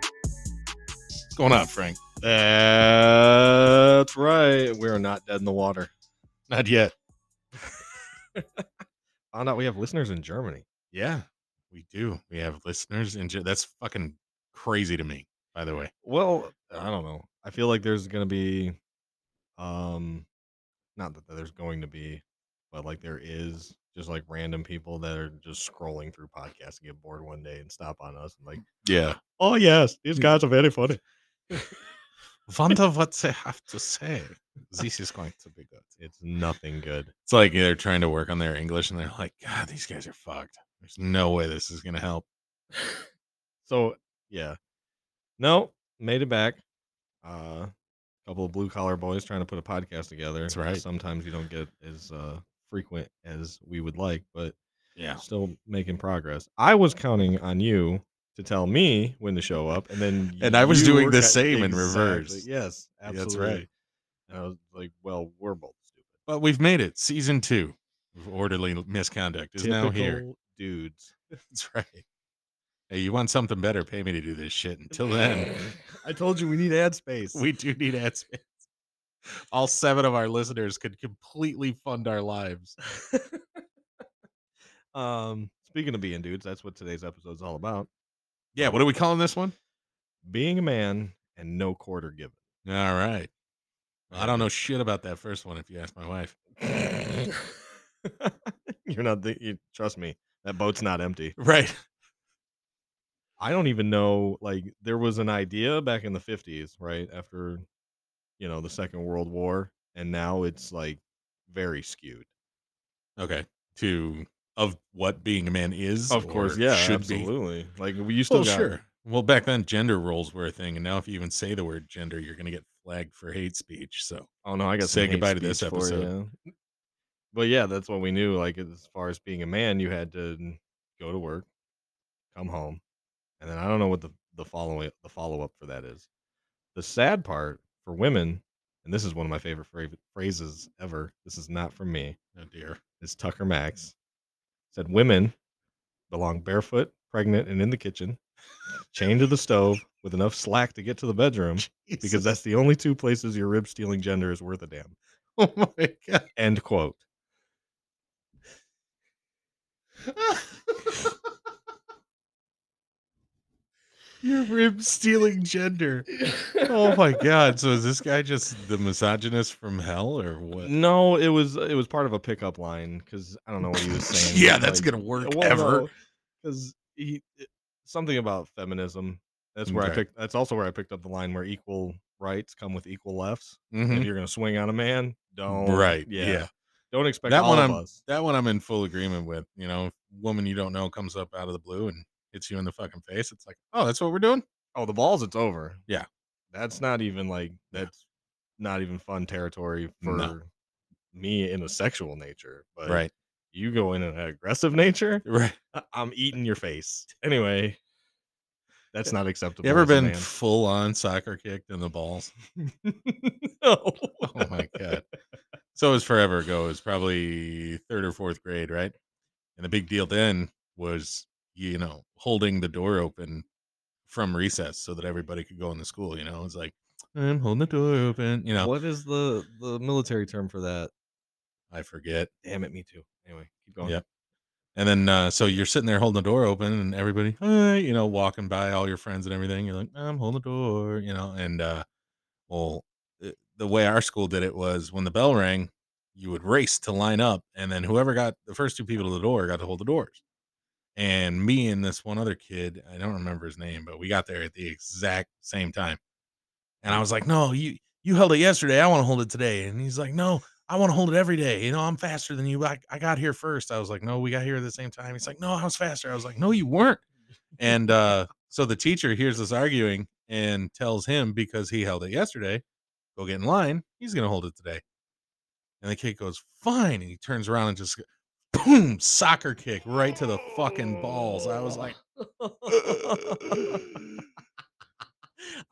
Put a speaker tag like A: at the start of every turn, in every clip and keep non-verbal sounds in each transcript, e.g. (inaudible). A: What's going on, Frank? That's right. We are not dead in the water. Not yet. (laughs) Found out we have listeners in Germany.
B: Yeah, we do. We have listeners in. Ge- That's fucking crazy to me. By the way,
A: Well, I don't know. I feel like there's going to be, um, not that there's going to be, but like there is just like random people that are just scrolling through podcasts and get bored one day and stop on us and like,
B: (laughs)
A: (laughs)
B: yeah.
A: oh yes, these guys are very funny. (laughs)
B: Wonder what they have to say. This is going to be good. It's,
A: It's nothing good.
B: it's like they're trying to work on their English, and they're like, God, these guys are fucked. There's no way this is gonna help.
A: So yeah, no, made it back. Uh, couple of blue collar boys trying to put a podcast together.
B: That's right.
A: Sometimes you don't get as uh, frequent as we would like, but
B: Yeah.
A: still making progress. I was counting on you to tell me when to show up, and then
B: And I was
A: you
B: doing
A: were
B: the
A: ca-
B: same in reverse.
A: Exactly, Yes,
B: Yeah,
A: absolutely.
B: that's right.
A: And I was like, well, we're both stupid.
B: But we've made it. Season two of Orderly Misconduct is now here.
A: Typical
B: (laughs)
A: dudes.
B: That's right. Hey, you want something better? Pay me to do this shit. Until
A: (laughs)
B: then,
A: I told you we need ad space.
B: we do need ad space. All seven of our listeners could completely fund our lives.
A: um, speaking of being dudes, that's what today's episode is all about.
B: Yeah, what are we calling this one?
A: Being a man and no quarter given. (laughs)
B: All right. I don't know shit about that first one if you ask my wife. (laughs)
A: You're not. The, you, trust me, that boat's not empty.
B: Right.
A: I don't even know. Like there was an idea back in the fifties, right after, you know, the Second World War, and now it's like very skewed.
B: Okay. To of what being a man is. or
A: should
B: Should
A: absolutely. Like we
B: be.
A: used to.
B: Well, sure. Well, back then gender roles were a thing, and now if you even say the word gender, you're gonna get flagged for hate speech. So
A: Oh no, I got
B: Say goodbye to this episode.
A: But yeah, that's what we knew. Like as far as being a man, you had to n- go to work, come home, and then I don't know what the the following the follow up for that is. The sad part for women, and this is one of my favorite phra- phrases ever. This is not from me.
B: oh dear.
A: Is Tucker Max said women belong barefoot, pregnant, and in the kitchen, chained to the stove with enough slack to get to the bedroom because that's the only two places your rib stealing gender is worth a damn.
B: (laughs) oh my god. (laughs)
A: End quote.
B: Your rib stealing gender. Oh my god. So is this guy just the misogynist from hell or what?
A: No, it was it was part of a pickup line because I don't know what
B: (laughs)
A: he was saying.
B: yeah, that's gonna work ever.
A: because he it- something about feminism. That's where I
B: Okay.
A: picked. That's also where I picked up the line where equal rights come with equal lefts.
B: Mhm.
A: If you're gonna swing on a man, don't.
B: Right.
A: Yeah.
B: yeah.
A: Don't expect
B: That
A: all
B: one
A: of
B: I'm-
A: us.
B: that one I'm in full agreement with. You know, if a woman you don't know comes up out of the blue and hits you in the fucking face. It's like, oh, that's what we're doing.
A: Oh, the balls. It's over.
B: Yeah.
A: That's not even like
B: Yeah.
A: that's not even fun territory for
B: No.
A: me in a sexual nature. But
B: Right, (laughs)
A: you go in an aggressive nature.
B: right.
A: I- I'm eating your face. Anyway, that's not acceptable.
B: You ever
A: as a (laughs)
B: been full on soccer kicked in the balls? (laughs)
A: man. no.
B: Oh my (laughs) god! so it was forever ago. It was probably third or fourth grade, right? And the big deal then was, you know, holding the door open from recess so that everybody could go in the school. You know, it's like I'm holding the door open. You know,
A: What is the the military term for that?
B: I forget.
A: Damn it, me too. Anyway, keep going.
B: Yep. And then, uh, so you're sitting there holding the door open, and everybody, "Hi," you know, walking by all your friends and everything. You're like, I'm holding the door, you know. And uh, well, th- the way our school did it was when the bell rang, you would race to line up, and then whoever got the first two people to the door got to hold the doors. And me and this one other kid, I don't remember his name, but we got there at the exact same time. And I was like, No, you you held it yesterday. I want to hold it today. And he's like, No, I want to hold it every day. You know, I'm faster than you. I, I got here first. I was like, no, we got here at the same time. He's like, no, I was faster. I was like, no, you weren't. And uh, so the teacher hears us arguing and tells him because he held it yesterday, go get in line. He's going to hold it today. And the kid goes, fine. And he turns around and just go- boom, soccer kick right to the
A: (laughs)
B: fucking balls. I was like,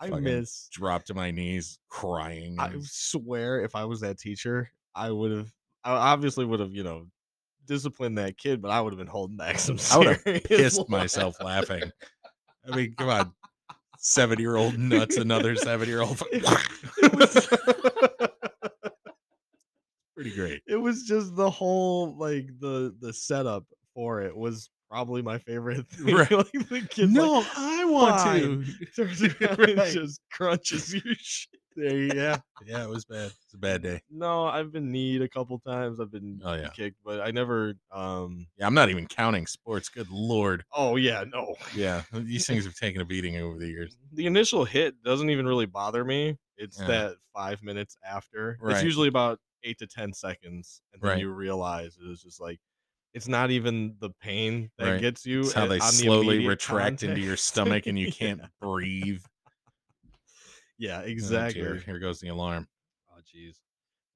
A: I
B: Fucking
A: miss.
B: dropped to my knees crying.
A: I
B: and-
A: swear, if I was that teacher, I would have. I obviously would have, you know, disciplined that kid, but I would have been holding back (laughs) some.
B: I would've
A: serious
B: pissed
A: laugh. (laughs)
B: myself laughing. I mean, come on. Seven year old nuts another seven year old.
A: It was-
B: (laughs) Pretty great.
A: it was just the whole like the the setup for it was probably my favorite (laughs) thing.
B: Right.
A: like the kid
B: no,
A: like,
B: I want
A: fine.
B: to.
A: (laughs)
B: (laughs)
A: turns around and
B: Right.
A: just crunches you.
B: (laughs) There you yeah. Yeah, it was bad. It's a bad day.
A: (laughs) No, I've been kneed a couple times. I've been
B: Oh, yeah.
A: kicked, but I never. um
B: Yeah, I'm not even counting sports. Good lord.
A: Oh yeah, no.
B: Yeah. These things have taken a beating over the years.
A: The initial hit doesn't even really bother me. It's
B: Yeah.
A: that five minutes after. It's
B: Right.
A: usually about eight to ten seconds, and then
B: Right.
A: you realize it was just like it's not even the pain that
B: Right.
A: gets you.
B: It's how
A: and
B: they
A: on the
B: slowly
A: immediate
B: retract into your
A: contact.
B: stomach and
A: (laughs)
B: you
A: Yeah.
B: can't breathe.
A: Yeah,
B: Oh,
A: exactly.
B: dear, here goes the alarm.
A: Oh jeez.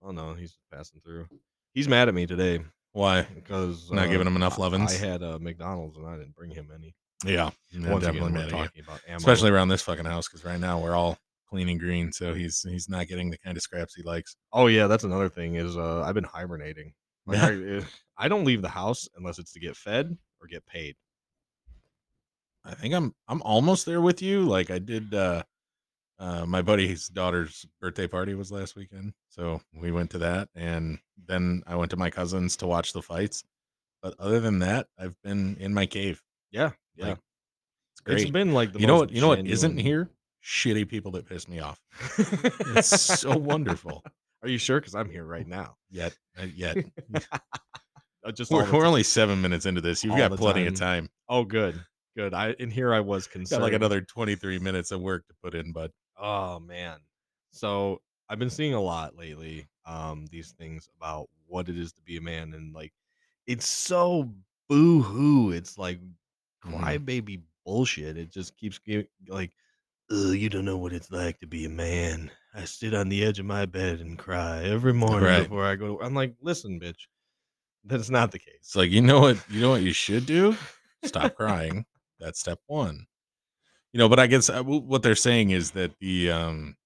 A: Oh no, he's passing through. He's mad at me today
B: Why?
A: because
B: Not giving him enough
A: I-
B: lovin's?
A: I had uh, McDonald's and I didn't bring him any.
B: Yeah. yeah,
A: Once again,
B: definitely
A: we're
B: mad at you.
A: talking about ammo.
B: especially around this fucking house because right now we're all clean and green so he's he's not getting the kind of scraps he likes
A: Oh yeah, that's another thing is uh, I've been hibernating.
B: (laughs)
A: Like, I, eh, I don't leave the house unless it's to get fed or get paid.
B: i think i'm i'm almost there with you like i did uh uh my buddy's daughter's birthday party was last weekend so we went to that and then i went to my cousins to watch the fights but other than that i've been in my cave
A: Yeah, yeah.
B: Like, it's great
A: It's been like the
B: you know
A: most
B: what you know what isn't
A: genuine-
B: here shitty people that piss me off it's so (laughs) wonderful
A: Are you sure? Because I'm here right now.
B: yet uh, (laughs) yet
A: Uh, just all
B: we're,
A: the
B: we're
A: time.
B: only seven minutes into this you've
A: All
B: got
A: the
B: plenty of
A: time.
B: time
A: oh good, good. I in here I was
B: got (laughs)
A: concerned.
B: like another 23 minutes of work to put in but
A: Oh man. So I've been seeing a lot lately um these things about what it is to be a man and like it's so boo hoo. It's like
B: Mhm.
A: crybaby bullshit. It just keeps getting like Ugh, you don't know what it's like to be a man. I sit on the edge of my bed and cry every morning
B: Right.
A: before I go to work. I'm like, listen, bitch, that's not the case.
B: it's like you know what you know what you should do stop crying that's step one you know but i guess uh, w- what they're saying is that the um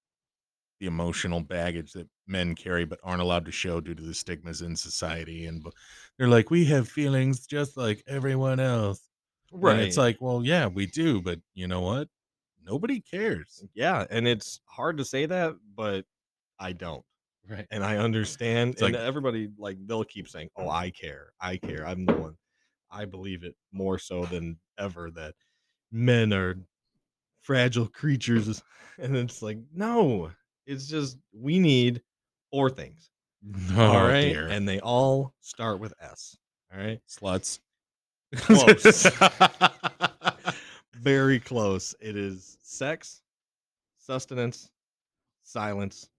B: the emotional baggage that men carry but aren't allowed to show due to the stigmas in society and b- they're like we have feelings just like everyone else and it's like well yeah we do but you know what nobody cares
A: yeah, and it's hard to say that, but I don't.
B: right
A: and I understand.
B: It's
A: and
B: like- Mm-hmm.
A: everybody like they'll keep saying, "Oh, I care, I care, I'm the one." I believe it more so than ever that men are fragile creatures, (laughs) and it's like no, it's just we need or things.
B: Uh-huh,
A: all
B: Oh,
A: right,
B: and
A: and they all start with S. All right,
B: sluts (laughs)
A: Close. very close. It is sex, sustenance, silence,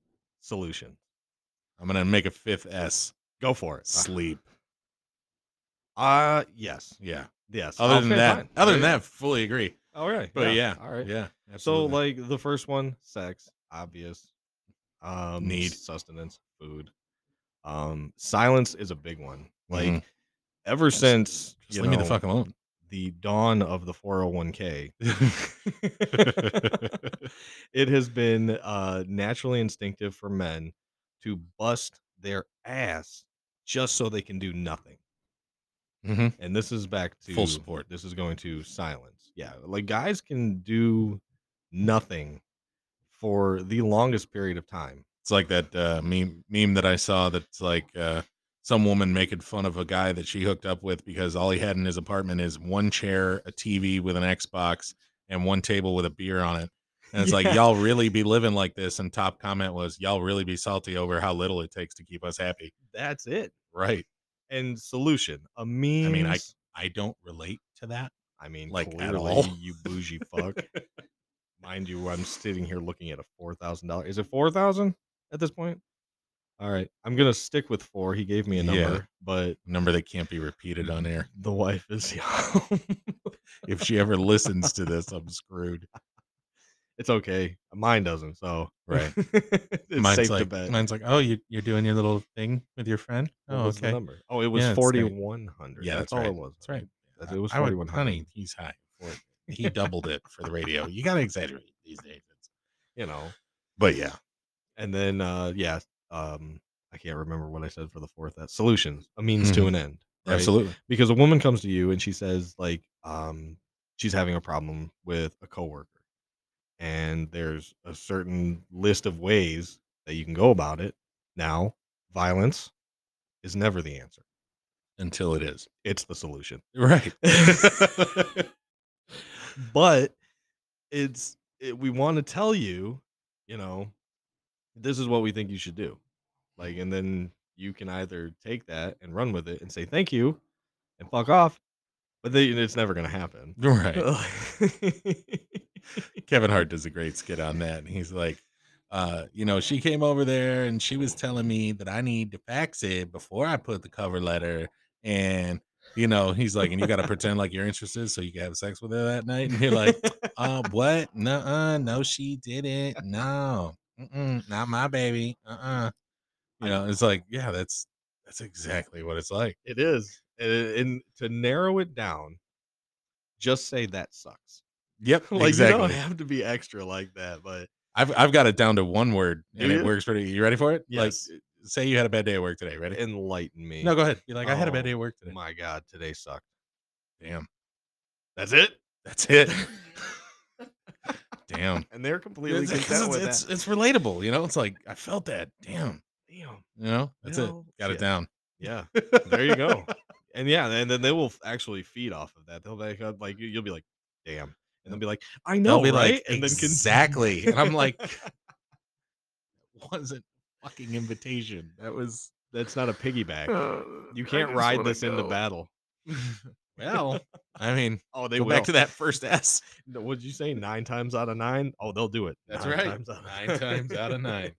A: solution.
B: I'm gonna make a fifth S.
A: Go for it.
B: Sleep.
A: Uh yes.
B: Yeah.
A: Yes.
B: Other than
A: okay,
B: that,
A: fine.
B: other than
A: Yeah.
B: that, fully agree.
A: all right.
B: But yeah,
A: all right.
B: Yeah.
A: So
B: absolutely.
A: like the first one, sex, obvious. Um,
B: Need.
A: sustenance, food. Um, silence is a big one. Like
B: Mhm.
A: ever
B: Just-
A: since
B: Just
A: you
B: leave me
A: know,
B: the fuck alone.
A: the dawn of the
B: (laughs)
A: 401k, (laughs) it has been uh naturally instinctive for men to bust their ass just so they can do nothing.
B: Mhm.
A: and this is back to
B: Full support.
A: This is going to silence. Yeah, like guys can do nothing for the longest period of time.
B: It's like that uh, meme meme that I saw that's like uh, some woman making fun of a guy that she hooked up with because all he had in his apartment is one chair, a TV with an Xbox, and one table with a beer on it. And (laughs) it's
A: Yeah.
B: like y'all really be living like this. And top comment was y'all really be salty over how little it takes to keep us happy.
A: That's it.
B: Right.
A: And solution, a means.
B: mean, I don't relate to that.
A: I mean,
B: like,
A: like
B: at
A: clearly,
B: all.
A: you bougie fuck. Mind you, I'm sitting here looking at a four thousand dollar. Is it four thousand at this point? All right, I'm gonna stick with four. He gave me a
B: Yeah.
A: number, but
B: (laughs) number that can't be repeated on air.
A: the (laughs) wife is young.
B: If she ever listens to this, I'm screwed.
A: it's okay. Mine doesn't, so
B: Right.
A: (laughs) it's
B: mine's
A: safe to
B: like,
A: bet.
B: mine's like, oh, you, you're doing your little thing with your friend.
A: What
B: Oh,
A: was the
B: okay,
A: number? Oh, it was
B: Yeah, it's
A: forty
B: great.
A: one hundred.
B: Yeah,
A: that's,
B: that's
A: all
B: right.
A: it was.
B: that's right.
A: That's- it was
B: I would-
A: 4100.
B: Honey, he's high. He doubled it for the radio. You gotta exaggerate these days. It's
A: you know.
B: But yeah,
A: And then uh yeah, um I can't remember what I said for the fourth that solutions, a means to
B: Mhm.
A: an end. right?
B: absolutely.
A: Because a woman comes to you and she says like um she's having a problem with a coworker. And there's a certain list of ways that you can go about it. Now, violence is never the answer.
B: Until it is
A: It's the solution.
B: right.
A: (laughs)
B: (laughs)
A: but it's it, we want to tell you, you know, this is what we think you should do. Like, and then you can either take that and run with it and say thank you and fuck off, but then it's never gonna happen.
B: Right.
A: (laughs)
B: Kevin Hart does a great skit on that. And he's like, uh, you know, she came over there and she was telling me that I need to fax it before I put the cover letter. And, you know, he's like, and you got to pretend like you're interested so you can have sex with her that night. And you're like,
A: (laughs)
B: uh, what? Nuh-uh. No, she didn't. No, Mm-mm, not my baby. Uh-uh. You know, it's like, yeah, that's, that's exactly what it's like.
A: it is, and, and to narrow it down, just say that sucks.
B: Yep.
A: (laughs) Like
B: exactly.
A: you don't have to be extra like that, but
B: I've, I've got it down to one word and
A: Do
B: it
A: you?
B: works pretty. You ready for it?
A: yes,
B: Like, say you had a bad day at work today. Ready?
A: enlighten me.
B: No, go ahead. Be like, I had a
A: Oh,
B: bad day at work today.
A: My God,
B: (laughs)
A: today sucked.
B: Damn.
A: That's it.
B: That's it. Damn.
A: and they're completely
B: it's,
A: content
B: it's,
A: with
B: it's,
A: that.
B: it's relatable, you know. It's like I felt that. Damn.
A: Damn.
B: You know, that's
A: No
B: it. Got it
A: shit.
B: down.
A: Yeah. There
B: (laughs)
A: you go. and yeah, and then they will f- actually feed off of that. They'll back up like you- you'll be like, damn. And they'll be like, I know,
B: They'll be
A: right?
B: like,
A: and then con-
B: exactly. and I'm
A: (laughs)
B: like, (laughs) wasn't fucking invitation. That was
A: that's not
B: (laughs)
A: a piggyback. You
C: You
A: can't ride this into battle.
B: well. I mean,
A: Oh, they
B: go
A: will.
B: back to that first S.
A: No, What'd you say? Nine times out of nine? Oh, they'll do it.
B: That's
A: (laughs) nine
B: right.
A: Times out of
B: Nine times out of nine.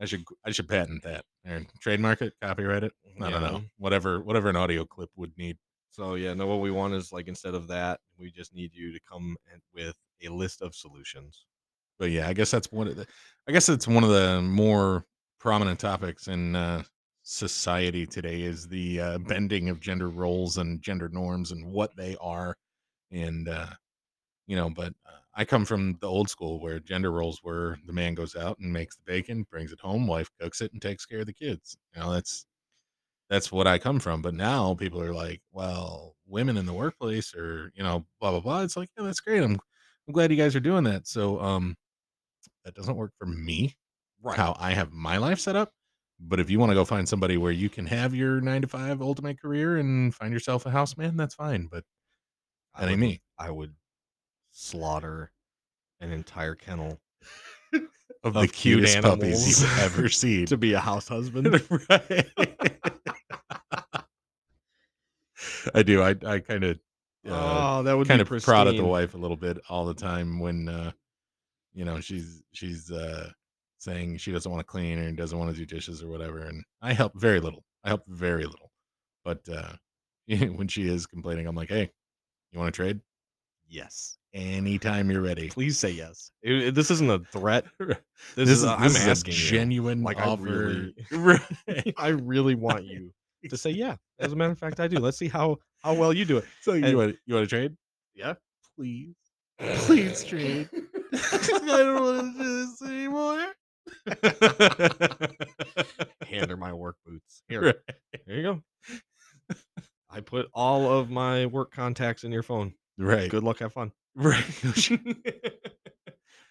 B: I should I should patent that. Aaron. Trademark it, copyright it. I don't
A: Yeah.
B: know. Whatever whatever an audio clip would need.
A: (laughs) So yeah, no. What we want is like instead of that, we just need you to come and with a list of solutions.
B: but yeah, I guess that's one of the, I guess it's one of the more prominent topics in uh, society today is the uh, bending of gender roles and gender norms and what they are, and uh, you know, but uh, I come from the old school where gender roles were the man goes out and makes the bacon, brings it home, wife cooks it, and takes care of the kids. You know, that's that's what I come from. But now people are like, well, women in the workplace or you know, blah blah blah. It's like, yeah, that's great. I'm I'm glad you guys are doing that. So um that doesn't work for me. Right. How I have my life set up. But if you want to go find somebody where you can have your nine to five ultimate career and find yourself a house man, that's fine. But
A: I
B: that ain't
A: would-
B: me.
A: I would slaughter an entire kennel
B: Of,
A: the cutest
B: (laughs)
A: puppies you've ever
B: seen.
A: to be a
B: (laughs)
A: house husband.
B: I do. I I kind of uh,
A: (laughs) oh, that would
B: kind
A: be
B: of proud of the
A: pristine.
B: wife a little bit all the time when uh you know she's she's uh saying she doesn't want to clean or doesn't want to do dishes or whatever and i help very little i help very little but uh (laughs) when she is complaining i'm like hey you want to trade
A: Yes,
B: anytime you're ready
A: please say yes. It- it- this isn't a
B: (laughs)
A: threat. This,
B: this,
A: is,
B: is,
A: a- I'm
B: this is
A: asking
B: a
A: you.
B: genuine
A: Like, I
B: offer
A: really- (laughs) I really want you to say yeah. As a matter of fact, I do. Let's see how how well you
B: (laughs)
A: do it.
B: so you
A: And-
B: want you want to trade
A: Yeah.
B: please please trade (laughs) i don't want to do this (laughs) anymore
A: Hand her my work boots. Here,
B: Right.
A: here you go. (laughs) I put all of my work contacts in your phone.
B: right
A: Good luck. Have fun. (laughs)
B: Right.
A: Bye,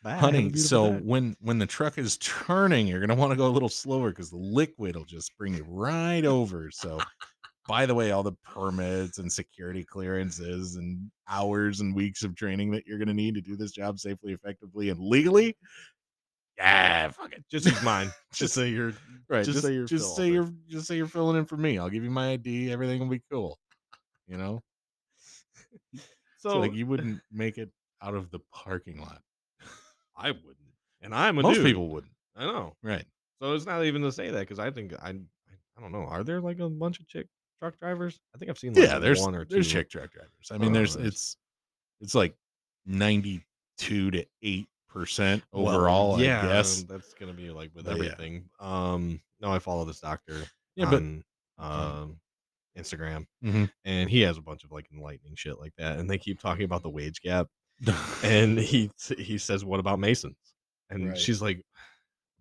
A: have a
B: Honey,
A: beautiful
B: so
A: day.
B: when when the truck is turning, you're gonna want to go a little slower because the liquid will just bring you right over. So, by the way, all the permits and security clearances and hours and weeks of training that you're gonna need to do this job safely, effectively, and legally, yeah, fuck it. (laughs)
A: just use mine.
B: Just-
A: just say you're
B: Right,
A: Just
B: just
A: say you're
B: just
A: Phil,
B: say
A: but-
B: you're just say you're filling in for me. I'll give you my ID. Everything will be cool. You know,
A: so,
B: so like you wouldn't make it out of the parking lot.
A: I wouldn't, and I'm a
B: Most
A: dude.
B: people wouldn't.
A: I know.
B: Right.
A: So it's not even to say that because I think I I don't know. Are there like a bunch of chick truck drivers? I think I've seen like
B: yeah, there's
A: one or two.
B: there's chick truck drivers. I mean,
A: Oh,
B: there's
A: there's-
B: it's it's like ninety two to eight percent
A: Well,
B: overall.
A: yeah,
B: I guess.
A: that's gonna be like with
B: But yeah.
A: everything. Um, no, I follow this doctor
B: Yeah, but Mm.
A: on um Instagram,
B: Mhm.
A: and he has a bunch of like enlightening shit like that, and they keep talking about the wage gap.
B: (laughs)
A: and he he says, "What about masons?" And
C: Right.
A: she's like,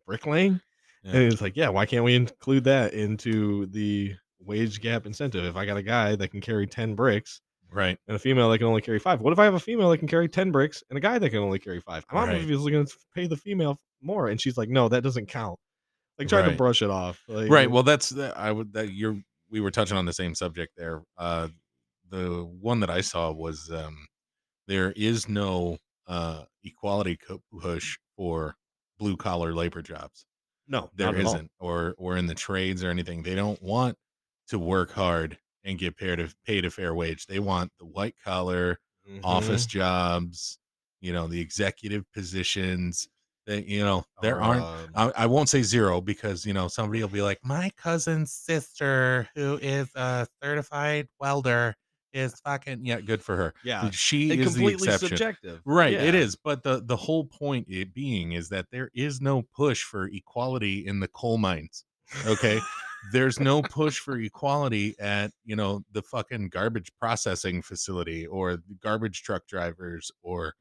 A: "Bricklaying."
B: Yeah.
A: And it's like, "Yeah, why can't we include that into the wage gap incentive? If I got a guy that can carry ten bricks
B: right.
A: and a female that can only carry five, what if I have a female that can carry ten bricks and a guy that can only carry five? I'm
B: Right.
A: obviously going to pay the female more." And she's like, "No, that doesn't count." Like trying to
B: Right.
A: brush it off. Like,
B: right well that's the- i would that you're we were touching on the same subject there uh the one that i saw was um there is no uh equality co- push for blue collar labor jobs
A: no,
B: there
A: not at all.
B: isn't or or in the trades or anything they don't want to work hard and get paid a, paid a fair wage they want the white collar
A: mm-hmm.
B: office jobs you know the executive positions that you know
A: Mhm.
B: there aren't
A: Uh,
B: I, I won't say zero because you know somebody will be like, my cousin's sister who is a certified welder is fucking yeah, good for her.
A: yeah,
B: she
A: it
B: is the
A: completely
B: exception,
A: subjective.
B: right? It
A: Yeah.
B: is, but the the whole point it being is that there is no push for equality in the coal mines. Okay, there's no push for equality at you know the fucking garbage processing facility or the garbage truck drivers or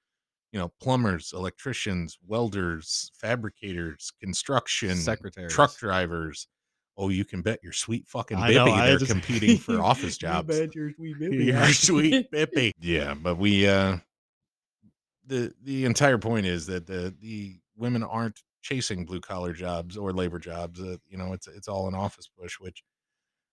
B: you know plumbers, electricians, welders, fabricators, construction,
A: secretary
B: truck drivers. Oh, you can bet your sweet fucking
A: I know,
B: bippy
A: I
B: they're
A: just-
B: competing
A: (laughs)
B: for office jobs. (laughs) Your sweet bippy. Yeah, but we uh the the entire point is that the the women aren't chasing blue collar jobs or labor jobs. Uh, you know, it's it's all an office push, which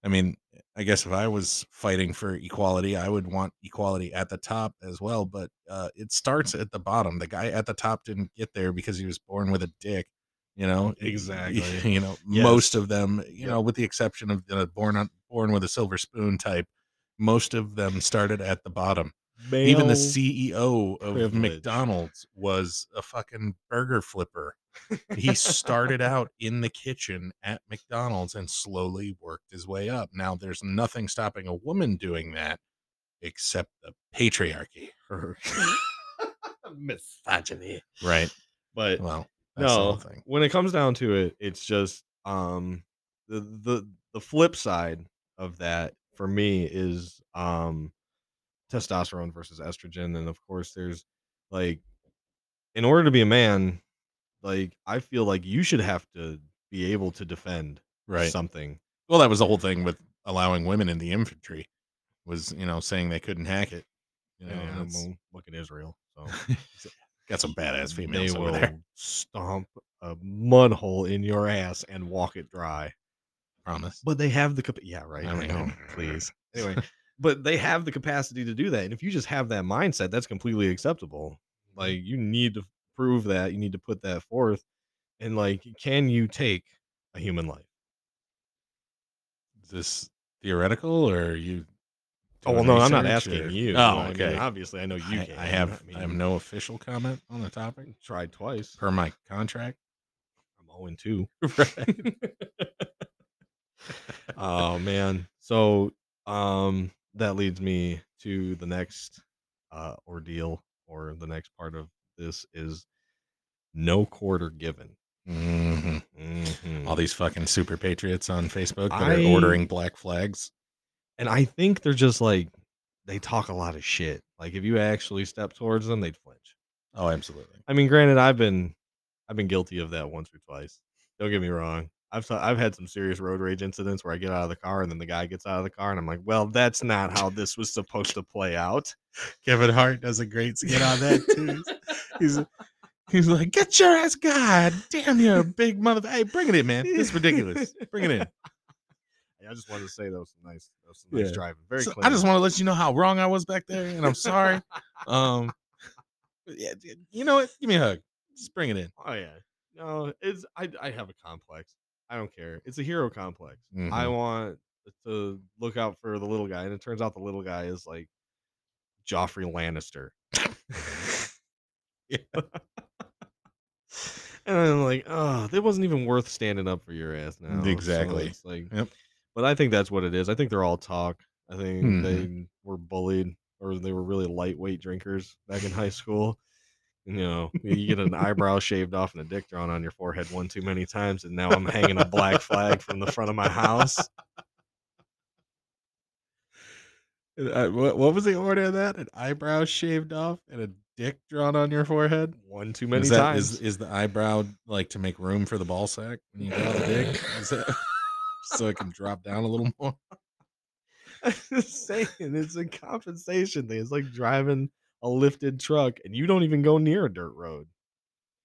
B: I mean, I guess if I was fighting for equality, I would want equality at the top as well, but uh it starts at the bottom. The guy at the top didn't get there because he was born with a dick. You know
A: Exactly.
B: You know,
A: Yes.
B: most of them, you
A: Yep.
B: know, with the exception of the born on, born with a silver spoon type most of them started at the bottom. Even the CEO of
A: privilege.
B: McDonald's was a fucking burger flipper. He
A: (laughs)
B: started out in the kitchen at McDonald's and slowly worked his way up. Now there's nothing stopping a woman doing that except the
A: (laughs)
B: patriarchy. (laughs)
A: misogyny.
B: Right.
A: But
B: Well, that's the whole
A: no,
B: thing.
A: when it comes down to it, it's just um the the the flip side of that for me is um testosterone versus estrogen, and of course there's like in order to be a man, like I feel like you should have to be able to defend
B: Right.
A: something.
B: well, that was the whole thing with allowing women in the infantry was, you know, saying they couldn't hack it. You know,
A: Yeah,
B: that's-
A: well, look at Israel.
B: (laughs)
A: So
B: got some badass
A: they
B: females over
A: will
B: there.
A: Stomp a mud hole in your ass and walk it dry.
B: Promise.
A: But they have the cap- yeah, right.
B: I (laughs)
A: right,
B: know.
A: please. Anyway, but they have the capacity to do that. And if you just have that mindset, that's completely acceptable. Like you need to prove that, you need to put that forth. And like, can you take a human life?
B: Is this theoretical or are you?
A: Oh well,
B: doing
A: no, I'm not
B: research,
A: asking
B: or-
A: you. you know,
B: Oh,
A: I mean,
B: okay.
A: obviously, I know you
B: I-
A: can.
B: I, have.
A: I, mean,
B: I have no official comment on the topic
A: tried twice.
B: per my contract.
A: I'm 0 and 2.
B: Right.
A: oh man so um that leads me to the next uh ordeal or the next part of this is no quarter given
B: Mhm.
A: Mhm.
B: All these fucking super patriots on Facebook that
A: I-
B: are ordering black flags.
A: and i think they're just like they talk a lot of shit like if you actually step towards them they'd flinch
B: Oh, absolutely.
A: i mean granted i've been i've been guilty of that once or twice don't get me wrong I've, i I've had some serious road rage incidents where I get out of the car and then the guy gets out of the car and I'm like, well, that's not how this was supposed to play out.
B: Kevin Hart does a great skit on that too. He's he's like, "Get your ass, God damn you, big mother! Hey, bring it in, man. This is ridiculous. Bring it in."
A: I just wanted to say that was some nice, that was some nice
B: Yeah.
A: driving. Very
B: So
A: clean.
B: I just want to let you know how wrong I was back there, and I'm sorry. um, yeah, d- you know what? Give me a hug. Just bring it in.
A: Oh yeah, no, it's I. I have a complex. I don't care. It's a hero complex.
B: Mm-hmm.
A: I want to look out for the little guy, and it turns out the little guy is like Joffrey Lannister. (laughs) yeah. and I'm like, oh, it wasn't even worth standing up for your ass now. So
B: Mm, Exactly.
A: it's like,
B: Yep.
A: but I think that's what it is. I think they're all talk. I think
B: Mhm.
A: they were bullied or they were really lightweight drinkers back in high school. You know, you (laughs) get an eyebrow shaved off and a dick drawn on your forehead one too many times, and now I'm hanging a black flag from the front of my house.
B: Uh, what, what was the order of that? An eyebrow shaved off and a dick drawn on your forehead?
A: One too many
B: is that-
A: times. (laughs)
B: Is, is the eyebrow like to make room for the ball sack when you draw the dick? Is (laughs) that, so it can drop down a little more.
A: I'm just saying, it's a compensation thing. It's like driving a lifted truck, and you don't even go near a dirt road.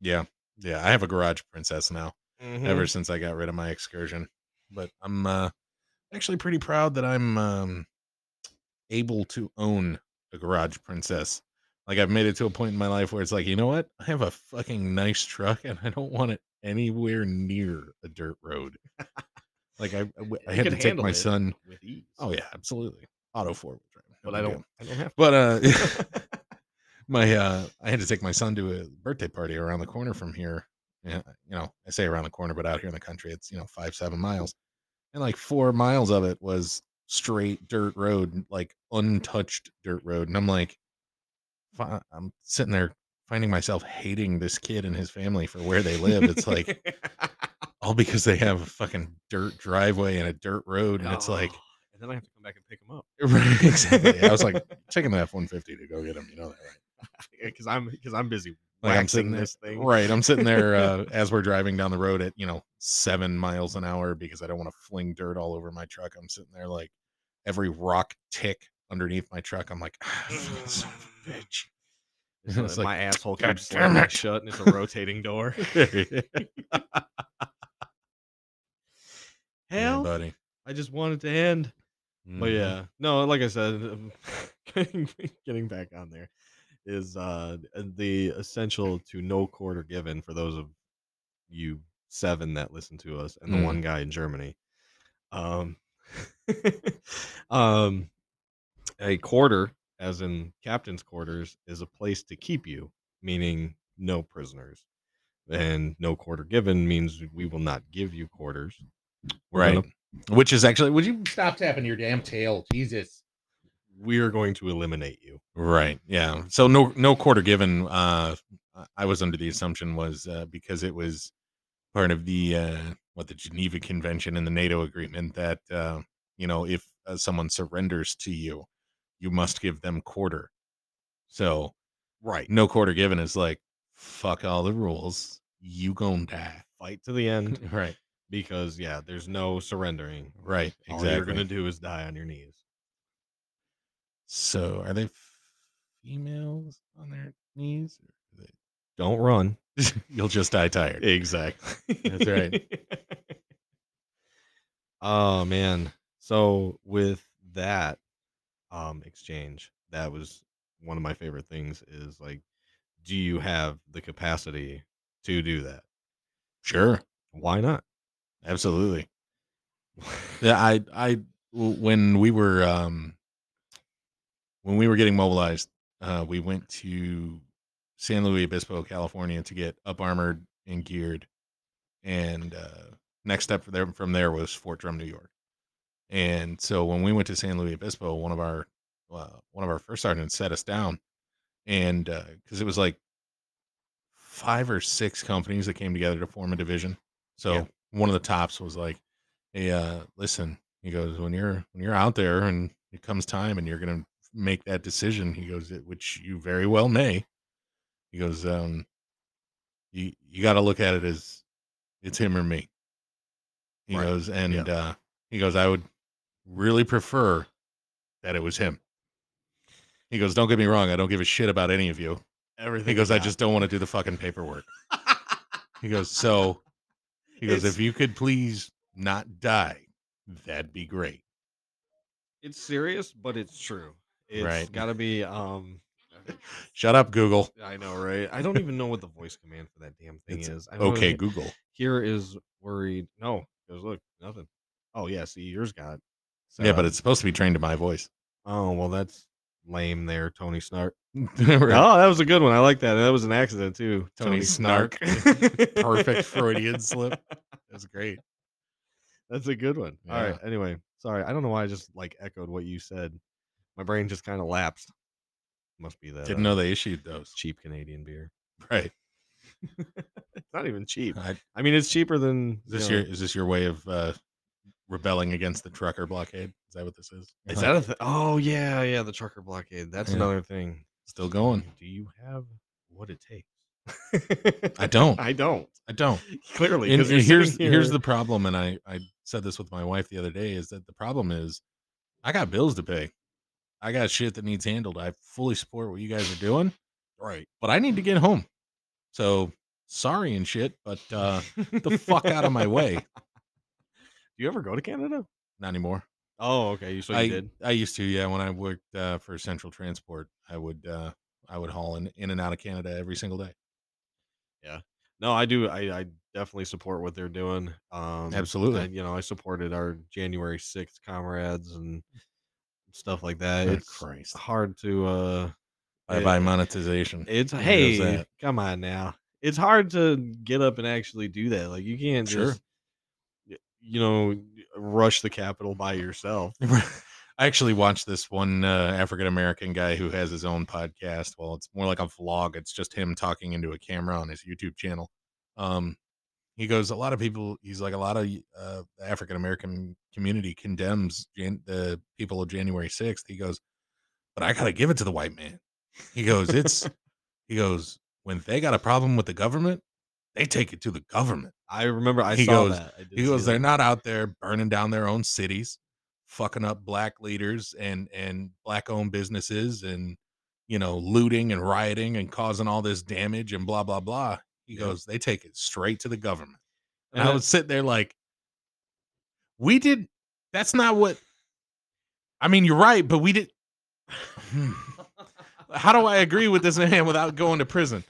B: Yeah. Yeah. I have a garage princess now
A: Mm-hmm. Hmm.
B: ever since I got rid of my excursion. But I'm uh, actually pretty proud that I'm um, able to own a garage princess. Like I've made it to a point in my life where it's like, you know what? I have a fucking nice truck and I don't want it anywhere near a dirt
A: (laughs)
B: road. like I, I w- I
A: You
B: had
A: can
B: to take
A: handle
B: my
A: it
B: son.
A: with ease.
B: Oh yeah, absolutely. Auto four wheel drive. no
A: but I
B: big
A: don't.
B: deal
A: I don't have.
B: but uh (laughs)
A: To.
B: my uh i had to take my son to a birthday party around the corner from here yeah you know i say around the corner but out here in the country it's you know five seven miles and like four miles of it was straight dirt road like untouched dirt road and i'm like fi- i'm sitting there finding myself hating this kid and his family for where they live it's
A: (laughs)
B: like all because they have a fucking dirt driveway and a dirt road and it's like (laughs)
A: Oh, and then I have to come back and pick them up (laughs)
B: right exactly i was like taking the f-150 to go get him you know that right
A: because I'm because I'm busy
B: Like, I'm
A: waxing
B: sitting there-
A: this (laughs) thing.
B: (laughs) Right. I'm sitting there uh, as we're driving down the road at, you know, seven miles an hour because I don't want to fling dirt all over my truck. I'm sitting there like every rock tick underneath my truck. I'm like, "Ah, fucking (laughs)
A: (laughs)
B: son of a bitch.
A: Mm. It's like
B: (laughs) It's like,
A: my asshole
B: "God
A: keeps
B: damn
A: slamming
B: it."
A: shut,
B: (laughs)
A: and it's a rotating door. (laughs)
B: Yeah,
A: Hell,
B: buddy.
A: I just wanted to end. But
B: Mhm.
A: yeah, no, like I said, um, (laughs) getting, getting back on there is uh the essential to no quarter given for those of you seven that listen to us and the
B: Mm.
A: one guy in Germany. Um, (laughs) um, a quarter, as in captain's quarters, is a place to keep you, meaning no prisoners. And no quarter given means we will not give you quarters. We're gonna-
B: Right. Which is actually, would you stop tapping your damn tail? Jesus.
A: we are going to eliminate you.
B: Right. Yeah. So no no quarter given. Uh, I- I was under the assumption was uh, because it was part of the uh, what the Geneva Convention and the NATO agreement that uh, you know if uh, someone surrenders to you, you must give them quarter. So
A: Right.
B: no quarter given is like fuck all the rules. You gonna die.
A: fight to the end (laughs)
B: Right.
A: because yeah, there's no surrendering.
B: Right.
A: All
B: Exactly.
A: you're gonna do is die on your knees.
B: So are they females on their knees? Or are
A: Don't run.
B: they... (laughs) You'll just die tired. (laughs)
A: Exactly.
B: That's right.
A: (laughs) oh man. So with that um exchange, that was one of my favorite things is like, do you have the capacity to do that?
B: Sure.
A: Why not? (laughs)
B: Absolutely. Yeah, I I w- when we were um when we were getting mobilized, uh we went to San Luis Obispo, California to get up armored and geared. And uh next step for them from there was Fort Drum, New York. And so when we went to San Luis Obispo, one of our uh, one of our first sergeants set us down and uh cuz it was like five or six companies that came together to form a division. So
A: Yeah.
B: one of the tops was like hey uh listen he goes when you're when you're out there and it comes time and you're gonna make that decision he goes "it- which you very well may he goes um you you got to look at it as it's him or me he
A: Right.
B: goes and
A: Yeah.
B: uh he goes i would really prefer that it was him he goes don't get me wrong i don't give a shit about any of you
A: Everything
B: he
A: you
B: goes i
A: got.
B: just don't want to do the fucking
A: (laughs)
B: paperwork he goes so he goes
A: It's-
B: if you could please not die that'd be great
A: it's serious, but it's true. It's
B: Right.
A: gotta be um
B: Shut up, Google.
A: I know, right? I don't even know what the voice command for that damn thing
B: It's
A: is. I don't
B: Okay,
A: even-
B: Google.
A: Here is worried. No, because look, nothing. Oh yeah, see, yours got. set
B: yeah, but
A: up.
B: it's supposed to be trained to my voice. (laughs)
A: oh well, that's lame there, Tony Snark.
B: Right.
A: Oh, that was a good one. I like that. That was an accident too,
B: Tony (laughs) Perfect Freudian slip. That's great.
A: (laughs) That's a good one. All right.
B: Yeah.
A: Anyway, sorry. I don't know why I just like echoed what you said. My brain just kind of lapsed. Must be that
B: Didn't
A: uh,
B: know they issued those.
A: cheap Canadian beer.
B: Right.
A: (laughs) It's not even cheap.
B: I, is
A: I mean, it's cheaper than
B: this
A: you know,
B: your is this your way of uh, rebelling against the trucker blockade? Is that what this is?
A: Is that a th- oh yeah yeah the trucker blockade that's
B: Yeah.
A: another thing.
B: Still
A: (laughs)
B: going.
A: Do you have what it takes?
B: I don't.
A: (laughs) I don't.
B: I don't.
A: Clearly,
B: And,
A: 'cause you're
B: and here's
A: sitting
B: here's
A: here-
B: the problem, and I I said this with my wife the other day is that the problem is I got bills to pay, I got shit that needs handled. I fully support what you guys are doing,
A: right.
B: but I need to get home. So sorry and shit, but uh, the fuck out
A: (laughs)
B: of my way.
A: Do you ever go to Canada?
B: Not anymore.
A: Oh, okay. You so you
B: I
A: did.
B: I used to yeah. When I worked uh, for Central Transport, I would uh, I would haul in in and out of Canada every single day.
A: No, I do. I, I definitely support what they're doing. Um,
B: Absolutely.
A: I- you know, I supported our January 6th comrades and stuff like that.
B: Oh,
A: it's
B: Christ.
A: hard to. uh
B: Bye
A: it-
B: bye monetization.
A: It's
B: knows
A: hey,
B: that?
A: come on now. It's hard to get up and actually do that. Like you can't
B: Sure.
A: just, y- you know, rush the capital
B: (laughs)
A: by yourself.
B: I actually watched this one uh, African American guy who has his own podcast. Well, it's more like a vlog. It's just him talking into a camera on his YouTube channel. Um, he goes, a lot of people. He's like, a lot of uh, the African American community condemns Jan- the people of January sixth. He goes, but I gotta give it to the white man. He goes,
A: (laughs)
B: it's. he goes, when they got a problem with the government, they take it to the government.
A: I remember I
B: He
A: saw
B: goes-
A: that. I did
B: He
A: see
B: goes,
A: that.
B: they're not out there burning down their own cities, fucking up black leaders and and black owned businesses, and you know looting and rioting and causing all this damage and blah blah blah. He
A: Yeah.
B: goes, they take it straight to the government, and
A: And
B: I
A: I- (laughs)
B: was (laughs) sitting there like, we did. That's not what. I mean, you're right, but we did. Hmm. How do I agree with this man without going to prison?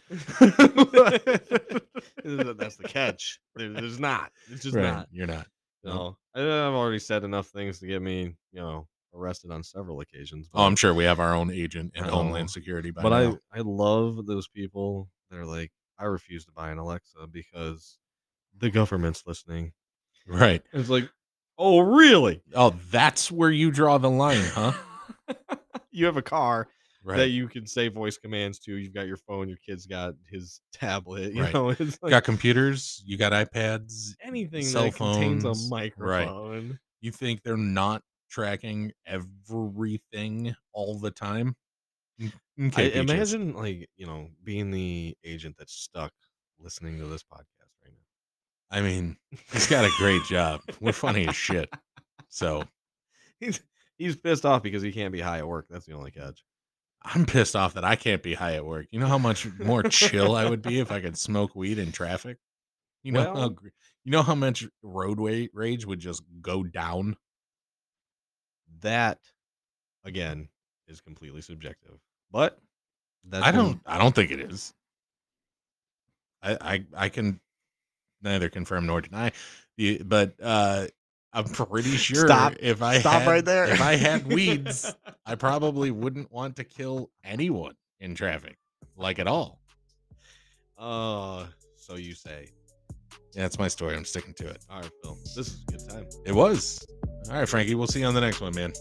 A: That's the catch. There- there's not. It's just
B: Right,
A: not.
B: You're not.
A: No, I- I've already said enough things to get me, you know, arrested on several occasions.
B: Oh, I'm sure we have our own agent in
A: Oh.
B: Homeland Security. By
A: but
B: now.
A: I, I love those people that are like, I refuse to buy an Alexa because the government's listening.
B: Right.
A: And it's like, oh, really?
B: Oh, that's where you draw the line,
A: (laughs)
B: huh?
A: Uh-huh. you have a car
B: Right.
A: that you can say voice commands to. You've got your phone. Your kid's got his tablet. (laughs) You
B: Right.
A: know, it's like
B: got computers, you got iPads.
A: anything
B: cell
A: that contains
B: phones,
A: a
B: right.
A: microphone.
B: You think they're not tracking everything all the time? Mm,
A: I
B: Okay, peaches.
A: imagine like you know being the agent that's stuck listening to this podcast right now.
B: I mean, he's got a great job. We're funny as shit. So
A: he's he's pissed off because he can't be high at work. That's the only catch.
B: I'm pissed off that I can't be high at work. You know how much more chill I would be if I could smoke weed in traffic. You know how
A: Well-
B: gr- you know how much roadway rage would just go down.
A: That again is completely subjective. But that's
B: I
A: when-
B: don't. I don't think it is. I I, I can neither confirm nor deny, the, but uh, I'm
A: (laughs)
B: pretty sure.
A: Stop.
B: If I
A: stop
B: had-
A: right there.
B: If I had
A: (laughs)
B: weeds, I probably wouldn't want to kill anyone in traffic, like at all.
A: Uh so you say.
B: Yeah, that's my story. I'm sticking to it.
A: All right, Phil. This is a good time.
B: It was. All right, Frankie. We'll see you on the next one, man.